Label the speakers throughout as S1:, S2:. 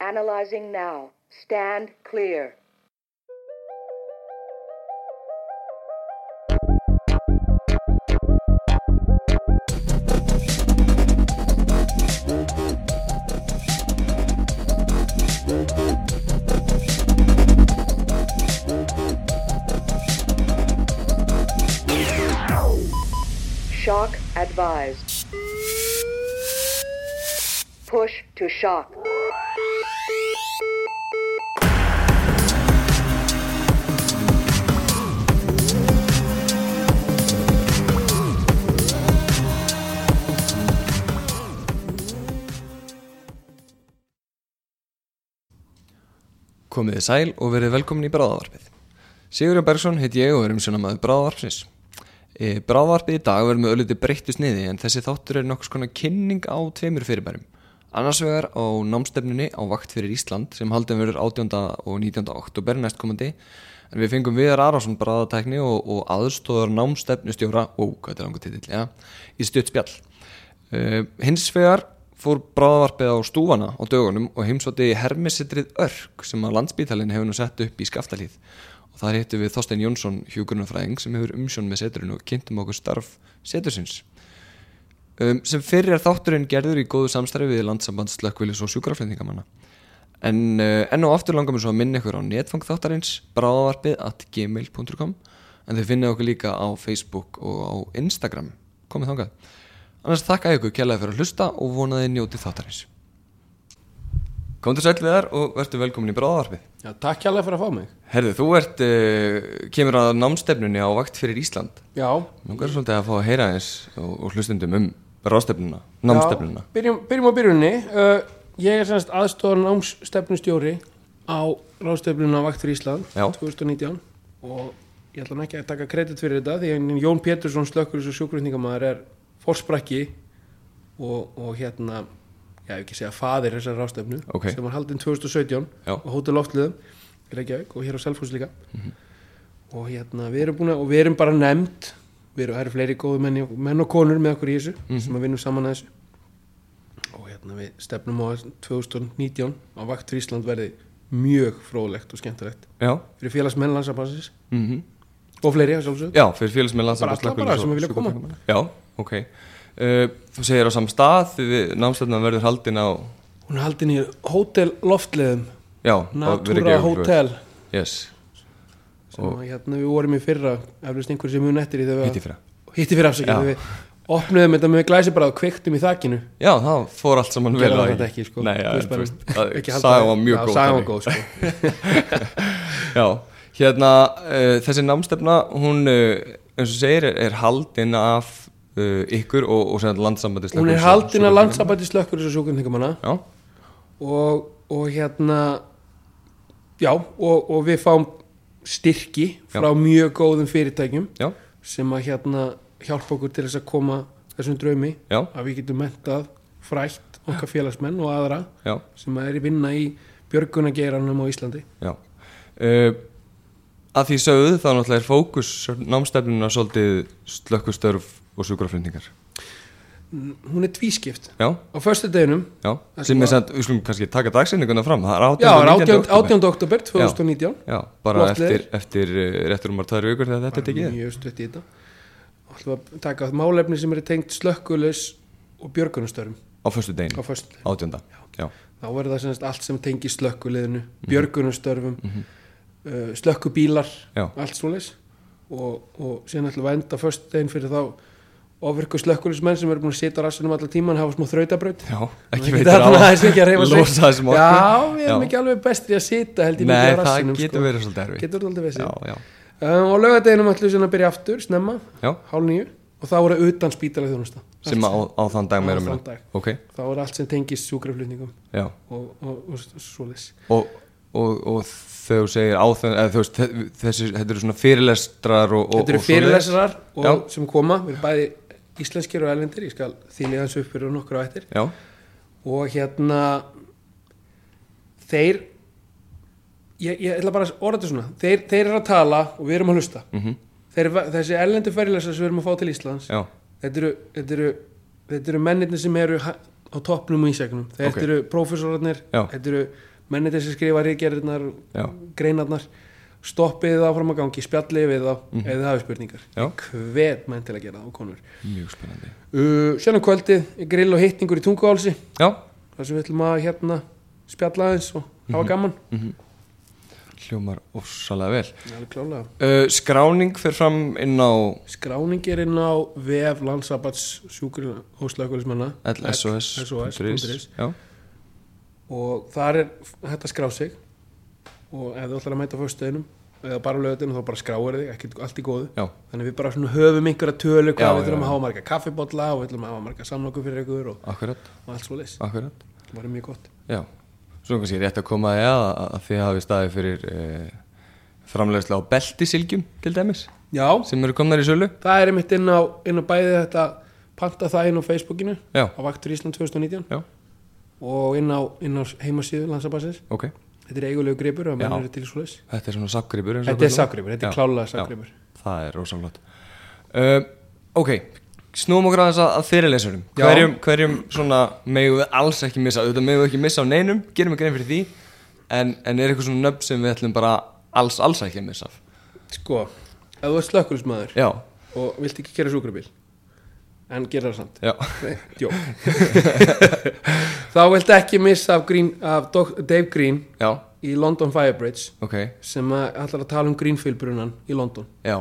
S1: Analyzing now. Stand clear. Shock advised. Push to shock.
S2: Komiði sæl og verið velkomin í bráðavarpið. Sigurjón Bergson heit ég og er umsjónamaður bráðavarpsins. E, bráðavarpið í dag verður með ölliti breyttu sniði en þessi þáttur er nokkurs konar kynning á tveimur fyrirbærum. Annars vegar á námstefnunni á vakt fyrir Ísland sem haldin verður 18. og 19. oktober næstkomandi en við fengum Viðar Arason bráðatækni og, og aðstóðar námstefnustjóra, ó, hvað þetta er langur titill, ja, í stutt spjall. Uh, hins vegar fór bráðavarpið á stúfana á dögunum og heimsótti hermisitrið Örk sem að landsbítalinn hefur nú sett upp í skaftalíð og þar hittu við Þorstein Jónsson hjúkurnafræðing sem hefur umsjón með setrinu og kynntum okkur starf setursins um, sem fyrir er þátturinn gerður í góðu samstarfi við landsambandstlökkvilis og sjúkraflendingamanna en uh, enn og aftur langar mér svo að minna ykkur á netfang þáttarins bráðavarpið at gmail.com en þau finna okkur líka á Facebook og á Instagram komið þangað Annars þakka ég ykkur kjærlega fyrir að hlusta og vona að þið njótið þáttarins. Komdu sæl við þar og verður velkomin í bráðavarpið.
S3: Já, takk hérlega fyrir að fá mig.
S2: Herðu, þú ert, uh, kemur að námstefnunni á vakt fyrir Ísland.
S3: Já.
S2: Nú verður svolítið að fá að heyra eins og, og hlustundum um ráðstefnuna, námstefnuna.
S3: Já, byrjum, byrjum á byrjunni. Uh, ég er semst aðstofan námsstefnustjóri á ráðstefnuna Vakt fyrir Ísland
S2: Já.
S3: 2019 og ég ætla nú ekki að taka kredit fyrir þetta því að Jón Pétursson slökkur og sjúkurutningamæður er fórsprakki og, og hérna, já, ég ekki segja faðir þessar ráðstefnu
S2: Ok.
S3: sem var haldinn 2017
S2: Já. Mhm.
S3: og hótel oftliðum í Reykjavík og hér á Selfos líka og hérna við erum búin að, og við erum bara nefnd við erum, það eru fleiri góðu menni, menn og konur með okkur í þessu
S2: Mhm.
S3: sem að vinnum saman að þessu og hérna við stefnum á að 2019 á vakt fyrir Ísland verði mjög fróðlegt og skemmtilegt
S2: Já.
S3: fyrir félagsmenn landsabansins
S2: Mm
S3: og fleiri að sjálfsögðu
S2: Já, fyrir félags með landsar
S3: Bara alla bara sem vilja koma.
S2: Já, ok. Uh, þú segir á sam stað, við- námstefnan verður haldin á,
S3: hún er haldin í hótel loftleðum
S2: já. á
S3: Natura
S2: Reykjavíkurflugvelli.
S3: Hotel
S2: Yes,
S3: sem að hérna við vorum í fyrra eflust einhver sem mjög nettir í þegar
S2: hitt í fyrra.
S3: hitti fyrra afsakið
S2: Já.
S3: þegar við opnuðum þetta með glæsi bara og kveiktum í þakinu
S2: Já, það fór allt saman vel
S3: Gerðu
S2: á
S3: þetta ekki sko
S2: Nei, já,
S3: Þú veist
S2: þú
S3: bara,
S2: veist, það-
S3: ekki halda-
S2: sagan var mjög
S3: Já,
S2: góð
S3: sagan var
S2: þannig.
S3: góð sko
S2: Já, hérna, uh, þessi námstefna, hún, uh, eins og segir, er, er haldin af uh, ykkur og, og sem landsambandist
S3: hún er haldin að landsabæti slökkur þessu sjúkvöndingamanna
S2: Já,
S3: og, og hérna já og, og við fáum styrki frá mjög góðum fyrirtækjum
S2: já,
S3: sem að hérna hjálpa okkur til þess að koma þessum draumi
S2: já,
S3: að við getum mentað frætt okkar félagsmenn og aðra
S2: já,
S3: sem að er í vinna í björgunageiranum á Íslandi
S2: já uh, Að því sögðu þá náttúrulega er fókus námstefnuna svolítið slökkustörf og sjúkraflutningar
S3: hún er tvískipt
S2: Já,
S3: á föstu deginum
S2: já,
S3: Það
S2: sem
S3: sem
S2: er
S3: var-
S2: samt, við skulum kannski taka dagsinninguna fram, það er 18.
S3: já,
S2: og
S3: 18.
S2: 19. október.
S3: 18. oktober 2019
S2: Já, bara
S3: Loftleiðir.
S2: eftir, eftir eh, rétt rúmar tvær vikur þegar þetta er
S3: bara
S2: tekið
S3: mjög stutt í þetta og ætlum að taka að málefni sem eru tengt slökkulis og björgunastörfum
S2: á föstu
S3: á
S2: deginu,
S3: föstu deginum
S2: átjönda já.
S3: þá verður það semst allt sem tengi
S2: Mhm.
S3: slökkuliðinu björgunastörfum uh, slökkubílar,
S2: Já.
S3: allt svoleiðis og, og síðan ætlum við að enda föstu degin fyrir þá ofirku slökkulismenn sem eru búin að sitja á rassinum allar tíman hafa smá þrautabraut
S2: já,
S3: Ekki
S2: ekki veitir
S3: þarna
S2: á
S3: aðeins ekki að hreyfa sig.
S2: losa þessum orku
S3: Já, við erum ekki alveg bestri að sita held ég
S2: nei,
S3: mikið á
S2: það
S3: rassinum, sko.
S2: getur verið svolítið erfið
S3: Getur þetta
S2: já,
S3: alltaf
S2: já,
S3: vesið Og lögadeginum ætlum við síðan að byrja aftur, snemma,
S2: já,
S3: hálf nýju Og þá voru utan spítalega þjónusta
S2: sem á, á þann dag meira
S3: Á
S2: meira
S3: þann dag.
S2: ok,
S3: Þá voru allt sem tengist sjúkraflutningum
S2: já
S3: og, og, og, og svoleiðis
S2: og, og, og þau segir á þann eða þú veist, þe- þessi, þetta eru svona fyrirlestrar og, og,
S3: Þetta eru
S2: og svoleiðis.
S3: fyrirlesarar og
S2: Já.
S3: sem koma, við erum bæði íslenskir og erlendir Ég skal þýlið hans upp fyrir nokkru á eftir
S2: já,
S3: og hérna þeir ég, ég ætla bara að orða þetta svona þeir, þeir eru að tala og við erum að hlusta
S2: Mhm.
S3: þeir, þessi erlendu fyrirlesar sem við erum að fá til Íslands
S2: já,
S3: þetta eru, þetta eru, þetta eru mennirnir sem eru ha- á toppnum og ísæknum þetta
S2: Ok.
S3: eru prófessorarnir
S2: Já.
S3: þetta eru mennið þessi skrifa ríkjæriðnar,
S2: Já.
S3: greinarnar stoppið það áfram að gangi, spjallið við þá mm. eða hafi spurningar
S2: Mhm. Já.
S3: hver menn til að gera það og konur
S2: mjög spennandi
S3: uh, sérna um kvöldið, grill og hitningur í tunguálsi
S2: já,
S3: þar sem við ætlum að hérna spjalla aðeins og
S2: Mhm.
S3: hafa gaman
S2: hljómar ósalega vel
S3: alveg klálega
S2: uh, skráning fyrir fram inn á
S3: skráning er inn á vef landsabats sjúkur og slökulismanna
S2: lsos.is
S3: LSOS.is.
S2: já,
S3: og þar er hægt að skrá sig og ef þú ætlar að mæta fyrstöðinum eða bara lögutinu þá bara skráir þig ekki allt í góðu
S2: já,
S3: þannig við bara svona höfum einhverja tölu hvað
S2: Já,
S3: við
S2: já,
S3: þurfum að
S2: já.
S3: hafa marga kaffibotla og við ætlum að hafa marga samlokur fyrir ykkur og,
S2: akkurat,
S3: og allt svo leis
S2: akkurat
S3: það var mjög gott
S2: Já, svo kannski rétt að koma að því að, að þið hafi staðið fyrir e, framleiðsla á beltisilgjum til dæmis
S3: já,
S2: sem eru komnar í sölu
S3: það er einmitt inn á, inn á bæði þetta panta það inn á Facebookinu
S2: Já,
S3: á Vaktur Ísland 2019
S2: já,
S3: og inn á, inn á heimasíðu landsabassins
S2: ok
S3: þetta er eigulegu gripur og menn
S2: Já.
S3: eru til svo leis
S2: Þetta er svona sakgripur eins og
S3: þetta er
S2: kallað.
S3: sakgripur, þetta er
S2: Já,
S3: klálega
S2: já,
S3: sakgripur
S2: Það er rosalegt uh, Ok, snúum okkur aðeins að að fyrirlesurum
S3: Já.
S2: hverjum, hverjum svona megum við alls ekki missa Þetta megum við ekki missa á neinum, gerum við grein fyrir því En, en er eitthvað svona nöfn sem við ætlum bara alls, alls ekki að missa af?
S3: sko, ef þú ert slökkulismæður
S2: Já,
S3: og vilt ekki kera sjúkrabíl en gera það samt
S2: já,
S3: Nei, jó. þá vilt ekki missa af, Green, af Doc- Dave Green
S2: já,
S3: í London Firebridge
S2: ok,
S3: sem að- ætlar að tala um Greenfield brunan í London
S2: já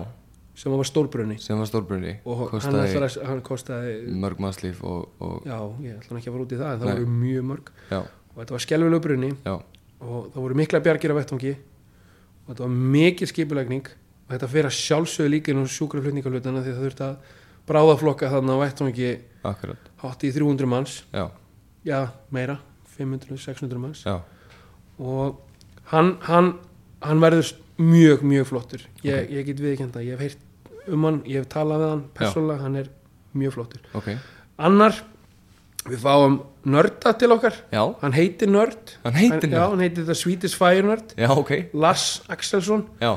S3: sem var stórbrunni
S2: sem var stórbrunni
S3: og hann,
S2: kostaði
S3: ætlar, að- hann kostaði
S2: mörg mannslíf og, og já.
S3: já, ég ætla nú ekki að fara út í það en það
S2: Nei.
S3: voru mjög mörg
S2: Já,
S3: og þetta var skelvilegu brunni og það voru mikla bjargir á vettvangi og þetta var mikil skipulagning og þetta fyrir að sjálfsögðu líka inn á sjúkraflutningalutana því það þurfti að bráðaflokka þarna á vettvangi
S2: akkurat
S3: hátt í 300 manns
S2: já,
S3: já, meira, 500-600 manns
S2: já,
S3: og hann, hann, hann verður mjög, mjög flottur ég, ég get viðkjönd að ég hef heyrt um hann ég hef talað við hann persónulega, hann er mjög flottur
S2: ok
S3: annar, við fáum nörda til okkar
S2: já,
S3: hann heitir nörd
S2: Hann heitir
S3: já,
S2: Nörd?
S3: hann heitir The Swedish Fire Nörd
S2: já, ok
S3: Lars Axelsson
S2: já,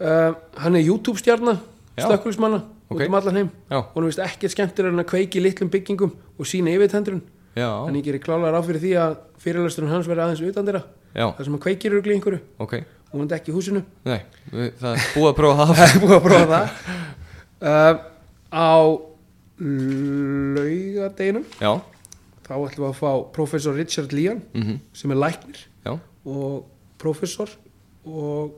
S3: uh, hann er YouTube stjarnar
S2: Já.
S3: slökkulismanna
S2: Ok.
S3: út um allan heim
S2: Já.
S3: og hann veist ekkert skemmtir en að kveiki í litlum byggingum og sína yfirtendrun
S2: já,
S3: en ég gerir klálega ráð fyrir því að fyrirlesturinn hans verði aðeins utan þeirra
S2: já,
S3: þar sem hann kveikir örgli einhverju
S2: ok
S3: og hann er ekki í húsinu
S2: nei, við, það er búið að prófa það það er búið að
S3: prófa það uh, á laugadeginum
S2: já,
S3: þá ætlum við að fá professor Richard Leon
S2: mhm,
S3: sem er læknir
S2: já,
S3: og professor og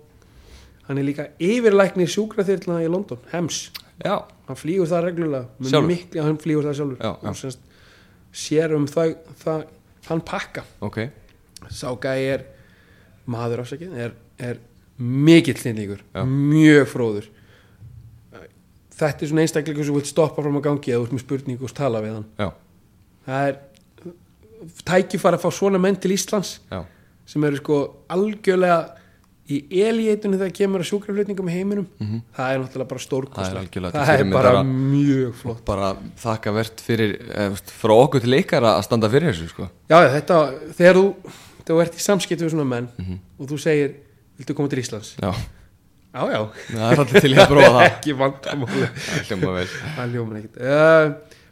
S3: hann er líka yfirlæknir sjúkraþyrlna í London, HEMS
S2: já
S3: hann flýgur það reglulega með
S2: Sjálfur?
S3: miklu, hann flýgur það sjálfur
S2: Já, já.
S3: og semst, sér um það, það hann pakka
S2: ok,
S3: sá gæi er maður afsakið er, er mikill þinnlíkur
S2: Já.
S3: mjög fróður þetta er svona einstaklingur sem vil stoppa fram að gangi eða út með spurningu og tala við hann
S2: já,
S3: það er tækifæri að fá svona menn til Íslands
S2: já
S3: sem eru sko algjörlega í elíeitunni þegar kemur að sjúkraflutningum í heiminum það er náttúrulega
S2: Mhm. Það
S3: bara
S2: er
S3: stórkostlegt
S2: algjörlega til
S3: það er
S2: fyrirmyndar
S3: bara
S2: að-
S3: mjög flott
S2: bara þakka verðt fyrir eh, veist, frá okkur til ykkar að standa fyrir þessu sko.
S3: já, já, þetta, þegar þú, þegar þú ert í samskipt við svona menn
S2: Mhm.
S3: og þú segir viltu koma til Íslands?
S2: já,
S3: Já, já,
S2: það er allir til í að prófa
S3: það er
S2: það
S3: ekki vandamáli
S2: það hljóma vel
S3: Það ljómar ekkert uh,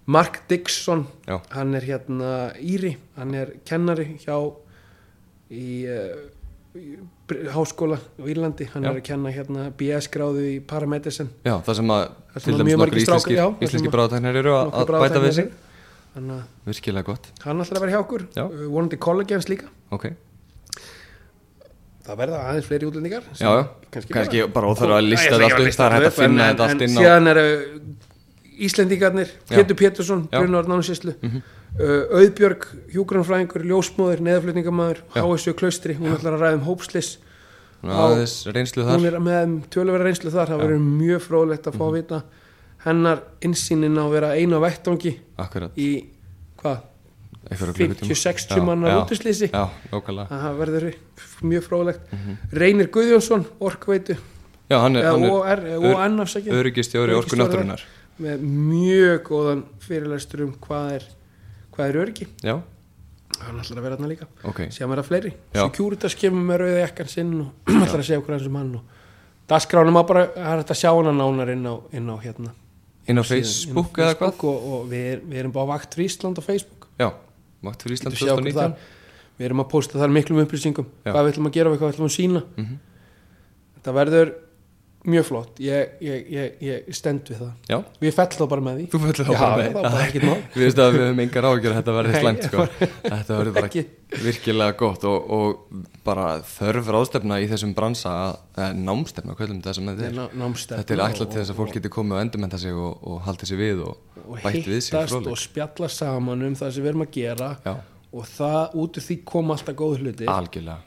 S3: Mark Dixon,
S2: Já.
S3: hann er hérna Íri, hann er kennari hjá í, uh, í Br- háskóla á Írlandi, hann
S2: Já.
S3: er að kenna hérna BS gráðu í paramedicine
S2: já, það sem að
S3: Það sem
S2: til
S3: að
S2: dæmis
S3: mjög
S2: nokkur
S3: margir strákar-
S2: íslenski,
S3: já, það sem
S2: íslenski
S3: að-
S2: bráðatæknir eru að,
S3: Nokkur
S2: að bæta við
S3: bráðatæknir
S2: sig
S3: eru. Þannig að
S2: virkilega gott,
S3: eh, hann ætlar að vera hjá okkur
S2: Já.
S3: uh, vonandi kollega hans líka
S2: ok
S3: það verða aðeins fleiri útlendingar sem
S2: já, já,
S3: kannski
S2: kannski, bara óþarf að lista
S3: Ég
S2: þetta
S3: ætla ekki
S2: allt upp það er hægt að
S3: en-
S2: finna
S3: en-
S2: þetta allt
S3: en
S2: inn á
S3: síðan eru Íslendingarnir,
S2: Já.
S3: Pétur Pétursson
S2: Já. Mhm.
S3: Brunnar Nánsíslu uh, Auðbjörg, hjúgrunfræðingur, ljósmóður, neðaflutningamæður
S2: Já.
S3: HSU Klaustri, hún ætlar að ræða um hópslis
S2: Ná,
S3: á-
S2: þess reynslu
S3: hún
S2: þar Mhm.
S3: er með töluvera reynslu þar það verður mjög fróðlegt að fá að vita hennar innsýnin á að vera eina á vettvangi
S2: akkurat,
S3: í hvað,
S2: einhverja
S3: 50-60 manna útislýsi
S2: já, nákvæmlega
S3: það verður mjög fróðlegt Reynir Guðjónsson, Orkveitu
S2: já, hann er,
S3: eða
S2: Mhm. hann
S3: OR,
S2: ör-
S3: ON afsakið
S2: er öryggistjóri orku
S3: Öryggisstjóri
S2: náttúrunar
S3: með mjög góðan fyrirlæstur um hvað er hvað er öryggi,
S2: já,
S3: hann ætlar að vera hann líka
S2: ok,
S3: sem er að fleiri,
S2: Já.
S3: Securitas kemur með rauða jakkan sinn og ætlar að segja okkur hans um hann og dasgránum að bara, það er hægt að sjá hana nánar inn á, inn á hérna
S2: inn á
S3: síðan, inn á
S2: Facebook eða hvað
S3: og, og við, er, við erum bara á vakt fyrir Ísland á Facebook
S2: já, Makt fyrir Ísland
S3: Getur séð okkur
S2: 2019
S3: þar. við erum að posta þar miklum upplýsingum
S2: Já.
S3: hvað við ætlum að gera og hvað við ætlum að sína
S2: Mhm.
S3: þetta verður mjög flott ég, ég, ég, ég stend við það
S2: Já,
S3: og ég fell þá bara með því
S2: þú fyrir þá
S3: Já,
S2: bara
S3: það var bara ekkert mál.
S2: Við veist að við höfum engar ágjör að þetta verði
S3: Nei,
S2: slæmt
S3: ég
S2: sko. Þetta verður bara
S3: Ekki.
S2: virkilega gott og, og bara þörf ráðstefna í þessum bransa eh, námstefna, hvað er þetta sem þetta er?
S3: Ná- námstefna
S2: Þetta er ætlað til
S3: og-
S2: þess að fólk geti komið og endurmenta sig og, og haldið sig við og,
S3: og
S2: bætt við sig
S3: hittast og spjalla saman um það sem við erum að gera
S2: Já.
S3: og það út úr því koma alltaf góð hluti
S2: Algjörlega,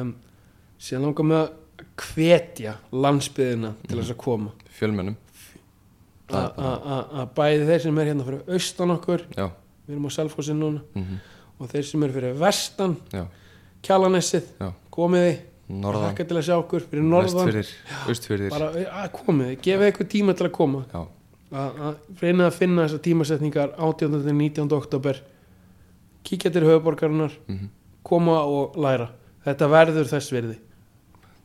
S3: um, síðan langar mig að hvetja landsbyðina til þess að koma
S2: fjölmennum Mhm. Það er
S3: A- a- a- að bæði þeir sem er hérna fyrir austan okkur
S2: Já,
S3: við erum á Selfossin núna
S2: mhm,
S3: og þeir sem er fyrir vestan
S2: já,
S3: Kjalanessið,
S2: já
S3: komiði
S2: Norðan,
S3: þakka til að sjá okkur fyrir norðan
S2: vestfyrir, austfyrir
S3: bara að, komiði, gefið eitthvað tíma til að koma
S2: Já,
S3: að, að reyna að finna þessar tímasetningar 18. til 19. oktober kíkja til höfuborgarinnar
S2: mhm,
S3: koma og læra þetta verður þess virði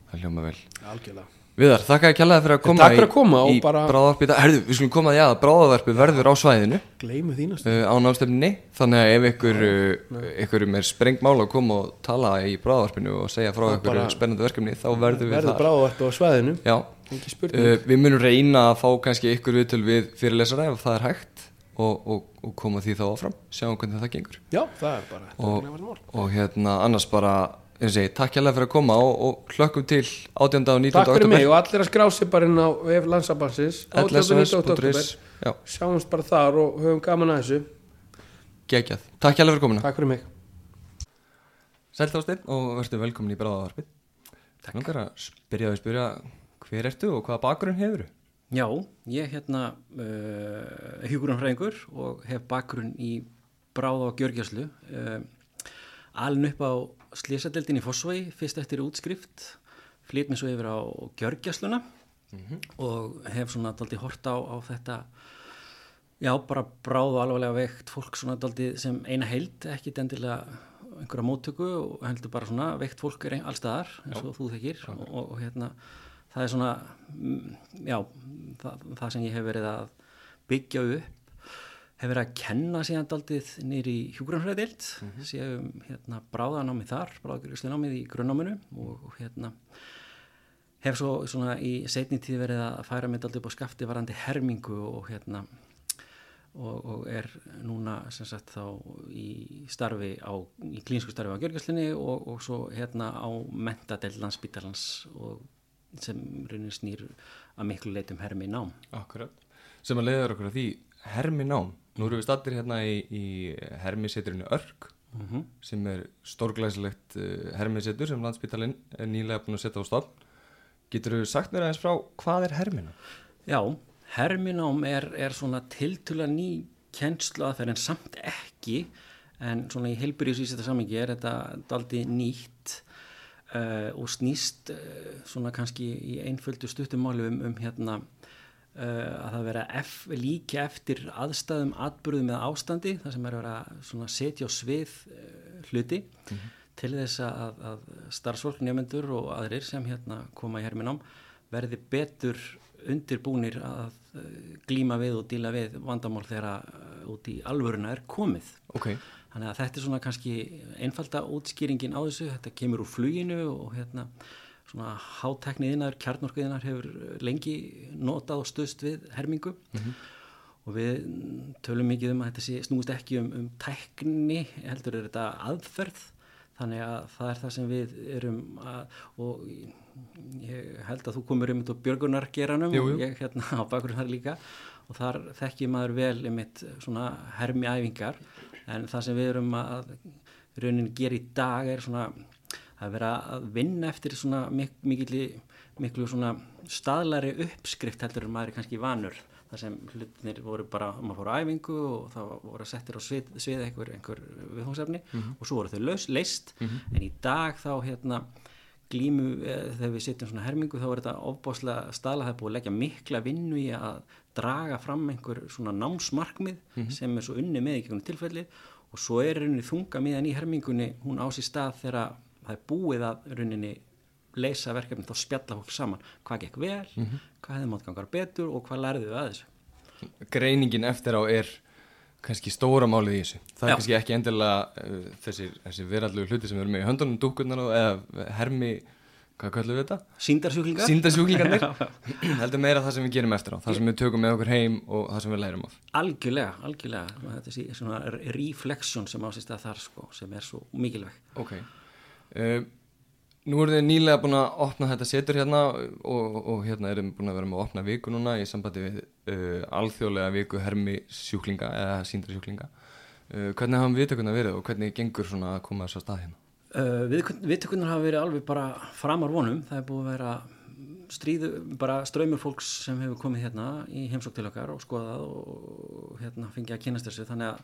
S2: það hljóma vel
S3: algjörlega
S2: Viðar, þakka að kjallaði fyrir að koma
S3: takk fyrir að koma og
S2: í, í bara...
S3: bara-
S2: Herðu, við skulum koma að já, bráðavarpið verður á svæðinu
S3: gleymu þínast
S2: uh, á námstefninni þannig að ef ykkur, uh, ykkurum er sprengmál að koma og tala í bráðavarpinu og segja frá
S3: Það
S2: ykkur
S3: bara-
S2: spennandi verkefni þá verður við
S3: verður
S2: þar
S3: bráðvært á svæðinu
S2: Já,
S3: ekki
S2: uh,
S3: spurning
S2: við munum reyna að fá kannski ykkur viðtöl við fyrirlesara ef það er hægt og, og, og koma því þá áfram sjáum hvernig það gengur
S3: já, það er bara þetta er
S2: og,
S3: bara mál.
S2: og hérna annars bara eins og ég, takk hérlega fyrir að koma og, og hlökkum til 18. og 19.
S3: takk
S2: október.
S3: fyrir mig og allir að skrá sig bara inn á vef landsabansins 18. og 19. oktober
S2: LSS.is. Já,
S3: sjáumst bara þar og höfum gaman að þessu
S2: geggjað. Takk hérlega fyrir komuna.
S3: takk fyrir mig
S2: Sæl Þorsteinn og verður velkomin í bráðavarpið. Takk. Langar að spyrja og spyrja hver ertu og hvaða bakgrunn hefur?
S4: Já, ég er hérna uh, hjúgrunfræðingur og hef bakgrunn í bráða og gjörgjæslu. Uh, alin upp á slísadeldin í Fossvegi, fyrst eftir útskrift, flýtt mér svo yfir á gjörgjæsluna og hef svona daldi hort á, á þetta, já, bara bráð og alvarlega veikt fólk svona daldi sem eina heild, ekki dendilega einhverja móttöku og heldur bara svona veikt fólk er ein- alls staðar eins og þú þekkir og, og, og hérna það er svona, mm, já, það, það sem ég hef verið að byggja upp hef verið að kenna síðan daldið nýri í hjúgrunfræðild mm -hmm. síðan hérna bráðanámið þar bráðagjörgslunámið í grunnáminu og, og hérna hef svo svona í setni tíð verið að færa mig daldið upp á skafti varandi hermingu og hérna og, og er núna sem sagt þá í starfi á, í klínsku starfi á Gjörgjaslinni og, og svo hérna á mentadeld landsbítalans og sem raunin snýr að miklu leitum hermi nám.
S2: Akkurat. Sem að leiður okkur að því hermi nám. Nú erum við stattir hérna í, í hermiseturinu Örk sem er stórglæsilegt uh, hermisetur sem landsbítalinn er nýlega búin að setja á stofn. Getur þú sagt mér aðeins frá hvað er herminám?
S4: Já, herminám er, er svona tiltöla ný kennslu aðferð en samt ekki en svona í heilbyrjus í þetta samingi er þetta daldi nýtt uh, og snýst uh, svona kannski í einföldu stuttumáli um, um hérna uh, að það vera ef, líka eftir aðstæðum, atbyrðum eða ástandi þar sem er að vera svona setja á svið uh, hluti til þess að, að starfsfólk nefnendur og aðrir sem hérna koma í herminám verði betur undirbúnir að uh, glíma við og díla við vandamál þegar uh, út í alvöruna er komið.
S2: Ok.
S4: Þannig að þetta er svona kannski einfalda útskýringin á þessu, þetta kemur úr fluginu og hérna svona hátækniðinar, kjarnorkuðinar hefur lengi notað og stöðst við hermingu og við tölum mikið um að þetta sé, snúist ekki um, um tækni, heldur er þetta aðferð, þannig að það er það sem við erum að, og ég held að þú komur um þetta á björgunargeranum
S2: Jú, jú.
S4: og ég hérna á bakgrunn þar líka og þar þekki maður vel einmitt svona hermiæfingar en það sem við erum að raunin gera í dag er svona að vera að vinna eftir svona mik mikilli, miklu svona staðlari uppskrift heldur en maður er kannski vanur þar sem hlutinir voru bara, maður fór á æfingu og það voru settir á svið, svið einhver, einhver viðfóngsefni
S2: Mhm.
S4: og svo voru þau laus, leist en í dag þá hérna glímu, eh, þegar við setjum svona hermingu þá er þetta ofbáslega staðla það er búið að leggja mikla vinnu í að draga fram einhver svona námsmarkmið sem er svo unni með í gegnum tilfelli og svo er rauninni þunga í hermingunni hún á sér stað þegar það er búið að rauninni leysa verkefni þá spjalla fólk saman hvað gekk vel, hvað hefði mátt gangar betur og hvað lærðu við að þessu
S2: greiningin eftir á er kannski stóra málið í þessu það er
S4: Já.
S2: kannski ekki endilega uh, þessir, þessir verallu hluti sem eru með í höndunum dúkkunar og, eða hermi, hvað kallum við þetta?
S4: Sýndarsjúklingar?
S2: síndasjúklingarnir
S4: Já,
S2: heldur meira það sem við gerum eftir á það sem við tökum með okkur heim og það sem við lærum af
S4: Algjörlega, algjörlega. Og Þetta er sí- svona re- reflection sem ásist að þar sko, sem er svo mikilvæg.
S2: ok uh, nú eru þið nýlega búin að opna þetta setur hérna og, og hérna erum búin að vera með að opna viku núna í sambandi við uh, alþjóðlega viku hermi sjúklinga eða síndasjúklinga uh, hvernig hafa viðtökuna verið og hvernig gengur svona að koma þess að stað hérna
S4: Uh, við- Viðtökurnar hafa verið alveg bara framar vonum. Það er búið að vera stríðu, bara ströymur fólks sem hefur komið hérna í heimsók til okkar og skoðað og hérna fengið að kynast þessu. Þannig að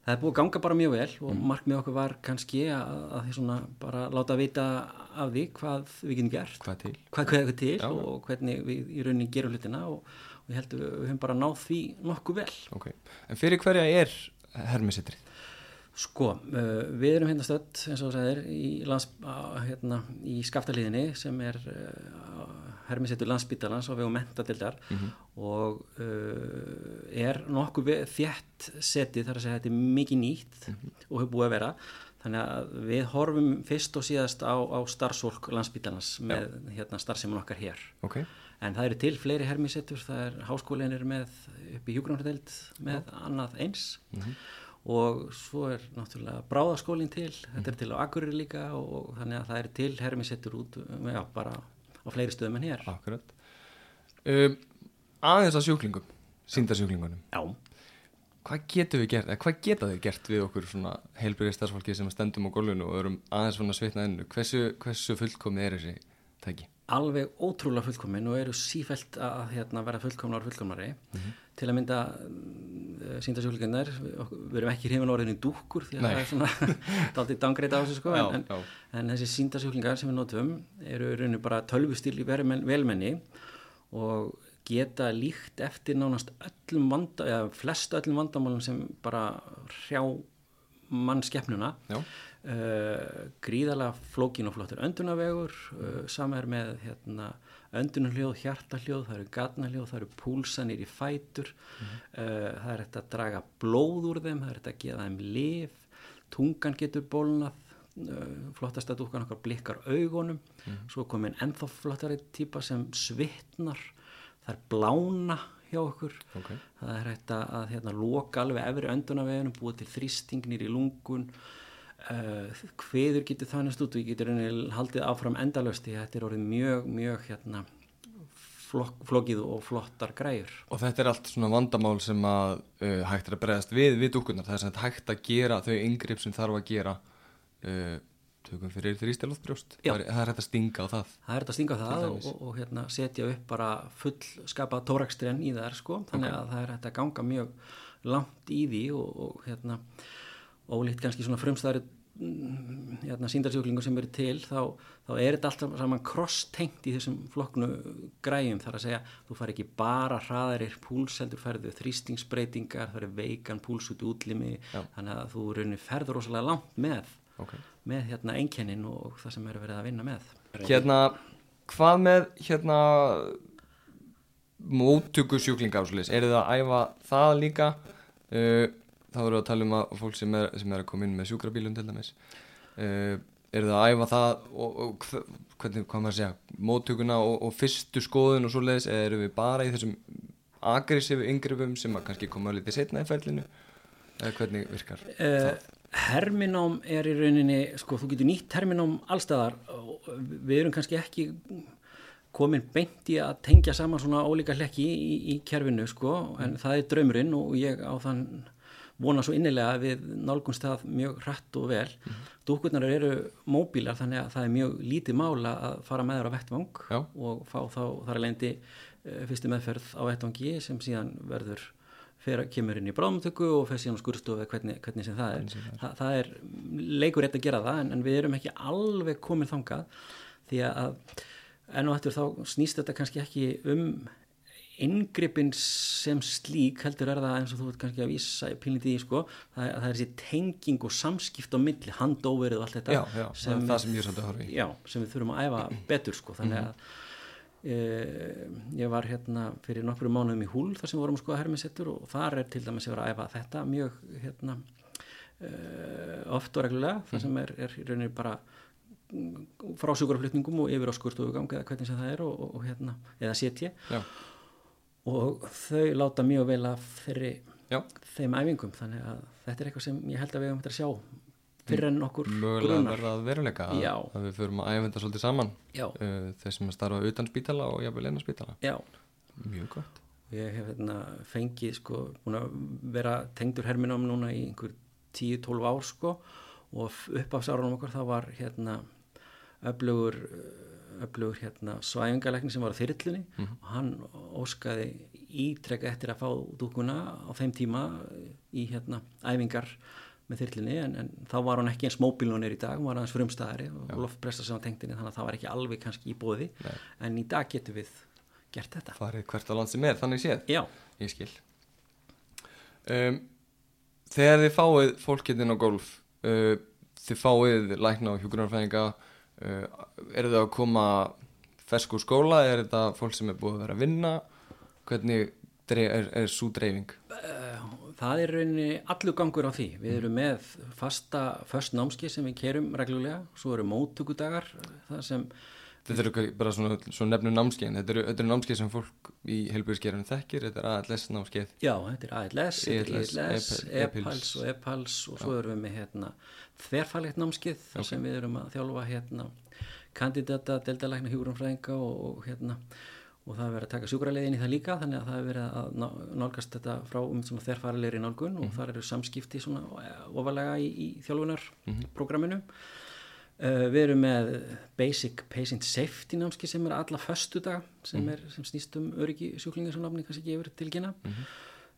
S4: það er búið að ganga bara mjög vel
S2: Mm.
S4: og markmið okkur var kannski að, að því svona bara láta vita af því hvað við getum gert.
S2: hvað er til
S4: hvað hvað er til og hvernig við í rauninni gerum hlutina og, og ég held að við, við höfum bara náð því nokkuð vel.
S2: ok en fyrir hverja er hermi setrið
S4: Sko, uh, við erum hérna stödd, eins og þú sagðir, í, lands, á, hérna, í skaftaliðinni sem er uh, hermisettur landsbítalans og við og mentadildar og uh, er nokkuð ve- þétt setið þar að segja þetta er mikið nýtt og hefur búið að vera. Þannig að við horfum fyrst og síðast á, á starfsólk landsbítalans með hérna, starfsemin okkar hér.
S2: ok
S4: En það eru til fleiri hermisettur, það er háskólin er með upp í hjúgrunardeild með annað eins og svo er náttúrulega bráðaskólin til, þetta er til á Akureyri líka og þannig að það eru til hermisettur út, um, já, bara á fleiri stöðum en hér.
S2: Akkurat um, Aðeins að sjúklingum, síndarsjúklingunum
S4: Já,
S2: Hvað getum við gert, eða hvað geta þau gert við okkur svona heilbyrði starfsfólki sem stendum á gólfinu og erum aðeins svona svitnaðinu hversu, hversu fullkomið er þessi tæki?
S4: alveg ótrúlega fullkomin og eru sífælt að hérna, vera fullkomnar og fullkomnari
S2: Mhm.
S4: til að mynda mm, síndasjóklingarnar, við, okkur- við erum ekki hrifin orðinu dúkkur því að
S2: Nei.
S4: það er svona daldið dangreita á þessu sko
S2: Já,
S4: en,
S2: já.
S4: en, en þessi síndarsjúklingar sem við notum eru í rauninu bara tölvustil í vermen, velmenni og geta líkt eftir nánast öllum vanda, eða flest öllum vandamálum sem bara hrjá mannskeppnuna
S2: Já.
S4: uh, gríðalega Eh, flókin og flottur öndunavegur uh, sama er með hérna, öndunarhljóð, hjartahljóð, það eru gatnahljóð það eru púlsanir í fætur uh, það er þetta að draga blóð úr þeim það er þetta að gefa þeim lif tungan getur bólnað uh, flottasta dúkan okkar blikkar augunum svo komin ennþá flottari típa sem svitnar það er blána hjá okkur
S2: Ok.
S4: það er hægt að, að hérna, loka alveg efri öndunaveginum, búa til þrýstingnir í lungun uh, hviður getur þannig út og ég getur rauninni haldið áfram endalöst því að þetta er orðið mjög, mjög hérna, flokk, flókið og flottar græjur
S2: Og þetta er allt svona vandamál sem að uh, hægt er að bregðast við, við dúkkunar það er sem sagt hægt að gera þau yngripp sem þarf að gera uh, tökum fyrir þrýstelótt brjóst
S4: Já.
S2: það er, það er hægt að stinga á það
S4: það er þetta að stinga á það og,
S2: dæmis.
S4: og, og hérna, setja upp bara full skapa tórakstrenn í þær sko þannig að það er hægt að ganga mjög langt í því og, og hérna ólíkt kannski svona frumstæðari mm, hérna, síndarsjúklingur sem eru til þá, þá er þetta alltaf saman krosstengt í þessum flokknu græjum þar að segja þú fari ekki bara hraðarir púls heldur færðu þrýstingsbreytingar það er veikan púls út í útlimi þannig að þú raunir ferður rosalega langt með
S2: Ok.
S4: með hérna einkennin og það sem er verið að vinna með
S2: Hérna, hvað með hérna móttöku sjúklinga ásleis? Er það að æfa það líka? Uh, þá erum við að tala um að fólk sem er, sem er að koma inn með sjúkrabílum til dæmis. Uh, er það að æfa það og, og hve- hvernig, hvað maður að segja, móttökuna og, og fyrstu skoðun og svoleiðis eða erum við bara í þessum agressífu yngriðum sem að kannski koma litið setna í ferlinu? Eða hvernig virkar
S4: Uh,
S2: það?
S4: Herminám er í rauninni, sko, þú getur nýtt herminám allstæðar og við erum kannski ekki komin beint í að tengja saman svona ólíka hlekki í, í kerfinu, sko, en það er draumurinn og ég á þann vona svo innilega að við nálgumst það mjög hratt og vel. Mm. Dúkurnar eru móbílar þannig að það er mjög lítið mála að fara með þér á vettvang
S2: Já.
S4: og fá þá þar að leiðandi eh, fyrstu meðferð á vettvangi sem síðan verður fer, kemur inn í bráðumtöku og fer síðan á skurðstofu eða hvernig, hvernig sem það er. Þa, það er leikur rétt að gera það en, en við erum ekki alveg komin þangað því að enn og eftir þá snýst þetta kannski ekki um yngrippin sem slík heldur er það eins og þú ert kannski að vísa pínlítið í sko, það er, það er þessi tenging og samskipt á milli, handóverið og allt þetta
S2: Já, já, það er það sem ég er svolítið að horfa í. Mhm.
S4: já, sem við þurfum að æfa betur sko, þannig að Eh, ég var hérna fyrir nokkru mánuðum í húl þar sem við vorum að skoða hermisettur og þar er til dæmis ég var að æfa þetta mjög hérna eh, oft og reglulega
S2: Mhm.
S4: þar sem er, er í rauninni bara mm, frá sjúkurflutningum og yfir á skurstofugang eða hvernig sem það er og, og, og hérna eða setji
S2: Já,
S4: og þau láta mjög vel af þeirri,
S2: Já.
S4: þeim æfingum þannig að þetta er eitthvað sem ég held að við höfum þetta að sjá fyrir en okkur
S2: Mm. mögulega
S4: grunar.
S2: verða að veruleika að,
S4: Já.
S2: að við förum að æfa þetta svolítið saman
S4: Já.
S2: uh, þeir sem að starfa utan spítala og jafnvel innan spítala
S4: Já,
S2: mjög gott
S4: Ég hef hérna, fengið sko, búin að vera tengdur herminum núna í einhver 10-12 ár sko og upp af sárunum okkar það var hérna öflugur, öflugur hérna svæfingalækni sem var á þyrlunni og hann óskaði ítrekka eftir að fá dúkuna á þeim tíma í hérna æfingar með þyrlunni en, en þá var hún ekki eins móbíl hún er í dag, hún var aðeins frumstæðari og loftpresta sem var tengdinni þannig að það var ekki alveg kannski í bóði en í dag getum við gert þetta.
S2: farið hvert á land sem er, þannig séð
S4: Já.
S2: ég skil um, þegar þið fáið fólkinn á golf uh, þið fáið lækna og hjúgrunarfæðinga uh, eru þau að koma fersku úr skóla, er þetta fólk sem er búið að vera að vinna hvernig drey- er, er svo dreifing
S4: Það er rauninni allur gangur á því. Við erum með fasta, föst námski sem við kerum reglulega, svo eru móttökudagar, það sem,
S2: Þetta eru kannski bara svona, svona nefnum námskeiðin, þetta eru, þetta eru námskeið sem fólk í heilbjörnskerfum þekkir, þetta er ALS námskeið.
S4: já, þetta er ALS, þetta er
S2: ELS,
S4: ILS,
S2: EPILS.
S4: EPALS og EPALS og svo erum við með hérna þverfallegt námskið þar sem við erum að þjálfa hérna kandidata, deltalækna, hjúgrunfræðinga og, og hérna og það er verið að taka sjúkraleiðin í það líka þannig að það er verið að ná- nálgast þetta frá um svona þerfarilegri nálgun og þar eru samskipti svona ofalega í, í þjálfunarprogramminu Uh, við erum með Basic Patient Safety námski sem er alla föstudag sem, er, sem snýst um öryggi sjúklingar sem námni kannski gefur til kynna.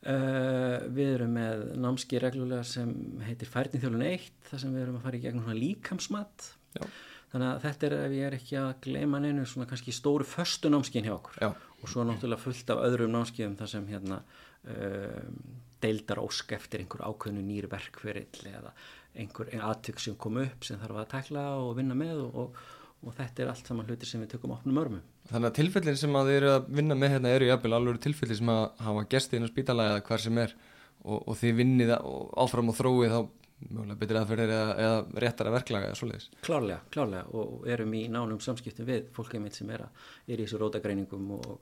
S4: Uh, við erum með námski reglulega sem heitir Færniþjólun 1 þar sem við erum að fara í gegnum svona líkamsmat.
S2: Já.
S4: Þannig að þetta er ef ég er ekki að gleyma neinu svona kannski stóru föstu námskiðin hjá okkur
S2: Já.
S4: og svo náttúrulega fullt af öðrum námskiðum þar sem hérna um, deildar ósk eftir einhver ákveðnu nýri verkferill eða einhver aðtök sem kom upp sem þarf að tekla og vinna með og, og, og þetta er allt saman hluti sem við tökum opnum örmum.
S2: Þannig að tilfellin sem að þið eru að vinna með hérna eru jafnvel alveg tilfelli sem að hafa gesti inn á spítala eða hvar sem er og, og þið vinnið að- og áfram og þróið þá mögulega betri aðferðir eða, eða réttara verklaga eða svoleiðis.
S4: Klárlega, klárlega og erum í nánum samskiptum við fólkið mitt sem er, að, er í þessu rótagreiningum og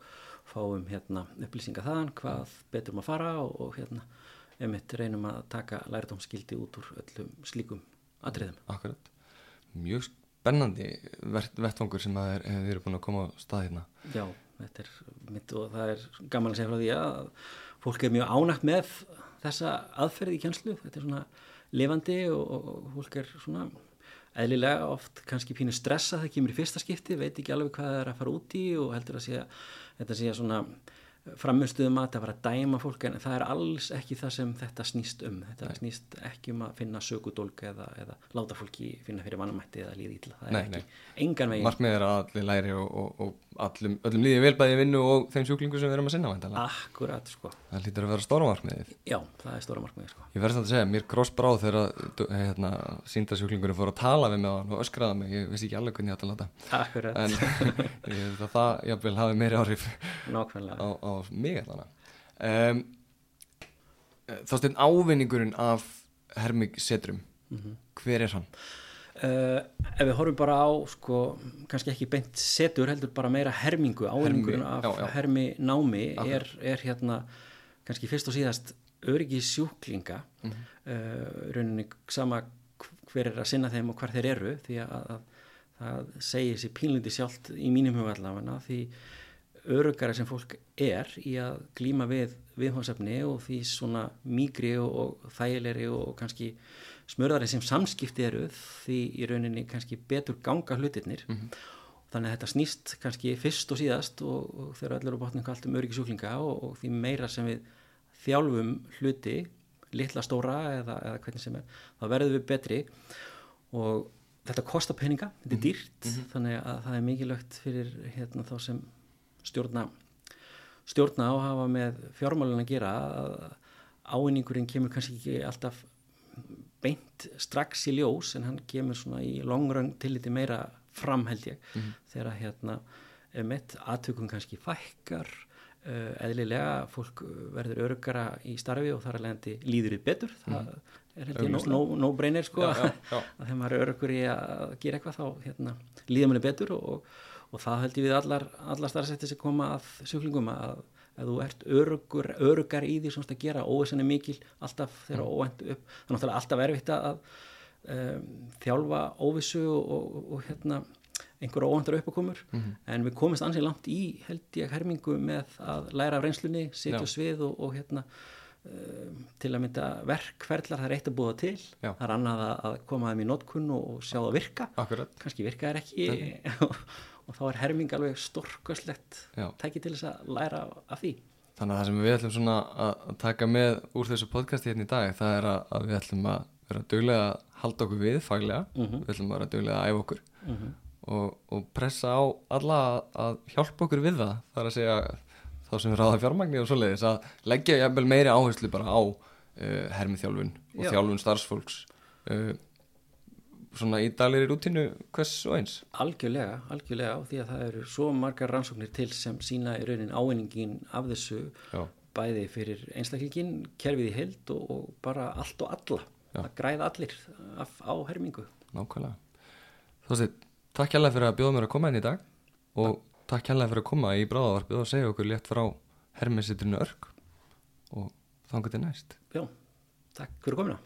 S4: fáum hérna, upplýsinga þaðan, hvað betur maður að fara og, og hérna, einmitt reynum að taka lærdómskildi út úr öllum slíkum atriðum.
S2: Akkurat. Mjög spennandi vert, vettvangur sem að er, þið eru búin að koma á stað hérna.
S4: Já, þetta er mitt og það er gaman að segja frá því að fólk er mjög ánægt með þessa aðferði í kjenslu, þetta er svona lifandi og, og- og fólk er svona eðlilega oft kannski pínu stressa það kemur í fyrsta skipti, veit ekki alveg hvað það er að fara út í og heldur að sé þetta sé svona framustuðum að þetta var að dæma fólk en það er alls ekki það sem þetta snýst um þetta snýst ekki um að finna sökudólk eða, eða láta fólki finna fyrir vannamætti eða líði ítla, það er
S2: Nei,
S4: ekki
S2: nei.
S4: engan veginn
S2: Markmið er að allir læri og, og, og allum, öllum líði vel bæði í vinnu og þeim sjúklingu sem við erum að sinna væntanlega.
S4: akkurat sko
S2: Það lítur að vera stóra markmiðið.
S4: Já, það er stóra markmiði sko.
S2: Ég verðist að segja, mér krossbráð þegar að, hérna, síndasjúklingurinn fór að tala við mig á hann og öskraða mig, ég vissi ekki alveg hvernig ég átt að láta.
S4: Akkurat,
S2: En ég held að það, jafnvel, hafi meiri áhrif á,
S4: nákvæmlega.
S2: á mig allan. Um, þá stefn eh, ávinningurinn af Hermig Setrum, hver er hann?
S4: Uh, ef við horfum bara á, sko, kannski ekki beint setur, heldur bara meira hermingu, áhengurinn af
S2: já, já.
S4: hermi námi er, er hérna, kannski fyrst og síðast öryggi sjúklinga, mm rauninni sama hv- hver er að sinna þeim og hvar þeir eru, því að, að það segir sér pínlundi sjálft í mínum huga allavega, því örugara sem fólk er í að glíma við viðhóðsefni og því svona mýgri og, og þægilegri og kannski smörðari sem samskipti eru því í rauninni kannski betur ganga hlutirnir þannig að þetta snýst kannski fyrst og síðast og, og þegar öllur á botnum kallt um öryggisjúklinga og, og því meira sem við þjálfum hluti litla stóra eða, eða hvernig sem er þá verðum við betri og þetta kostar peninga, þetta er dýrt þannig að það er mikilvægt fyrir hérna, þá sem stjórna stjórna og hafa með fjármálun að gera að áinningurinn kemur kannski ekki alltaf beint strax í ljós en hann kemur svona í longröng tilliti meira fram held ég þegar að hérna emitt, aðtökum kannski fækkar, uh, eðlilega fólk eh, verður örugara í starfi og þar að leiðandi líður þið betur, það er held ég no, no, no brainer sko,
S2: Mm. Já, já, já.
S4: að þegar maður er örugur í að gera eitthvað þá hérna, líður manni betur og, og, og það held ég við allar, allar starfsætti sem koma að sjúklingum að að þú ert örugur, örugar í því sem þú ert að gera, óvissan er mikil alltaf þegar mm. óvænt upp, það er náttúrulega alltaf erfitt að um, þjálfa óvissu og, og, og hérna einhverja óvæntar uppakomur
S2: Mhm.
S4: en við komumst ansið langt í held ég hermingu með að læra af reynslunni, sitja
S2: Já.
S4: á svið og, og hérna um, til að mynda verkferðlar, það er eitt að búa til
S2: Já.
S4: það er annað að, að koma þeim í notkunn og, og sjá það virka
S2: Akkurat.
S4: kannski virka þær ekki og, og þá er herming alveg storkoslegt
S2: Já.
S4: tæki til þess að læra af því
S2: Þannig að það sem við ætlum svona að að taka með úr þessu podcasti hérna í dag það er að að við ætlum að vera duglega að halda okkur við faglega við ætlum að vera duglega að æfa okkur og, og pressa á alla að- að hjálpa okkur við það það er að segja þá sem ráða fjármagni og svoleiðis að leggja jafnvel meiri áherslu bara á uh, hermiþjálfun og
S4: Já.
S2: þjálfun starfsfólks uh, svona í daglegri rútínu hvers og eins
S4: Algjörlega, algjörlega á því að það eru svo margar rannsóknir til sem sína í raunin ávinningin af þessu
S2: Já.
S4: bæði fyrir einstaklingin, kerfið í held og, og bara allt og alla að græða allir af, á hermingu.
S2: Nákvæmlega. Þóttið, takk hérlega fyrir að bjóða mér að koma inn í dag og takk hérlega fyrir að koma í bráðavarpið og segja okkur létt frá hermisitrinu örk og þangar til næst.
S4: Já, takk fyrir komina.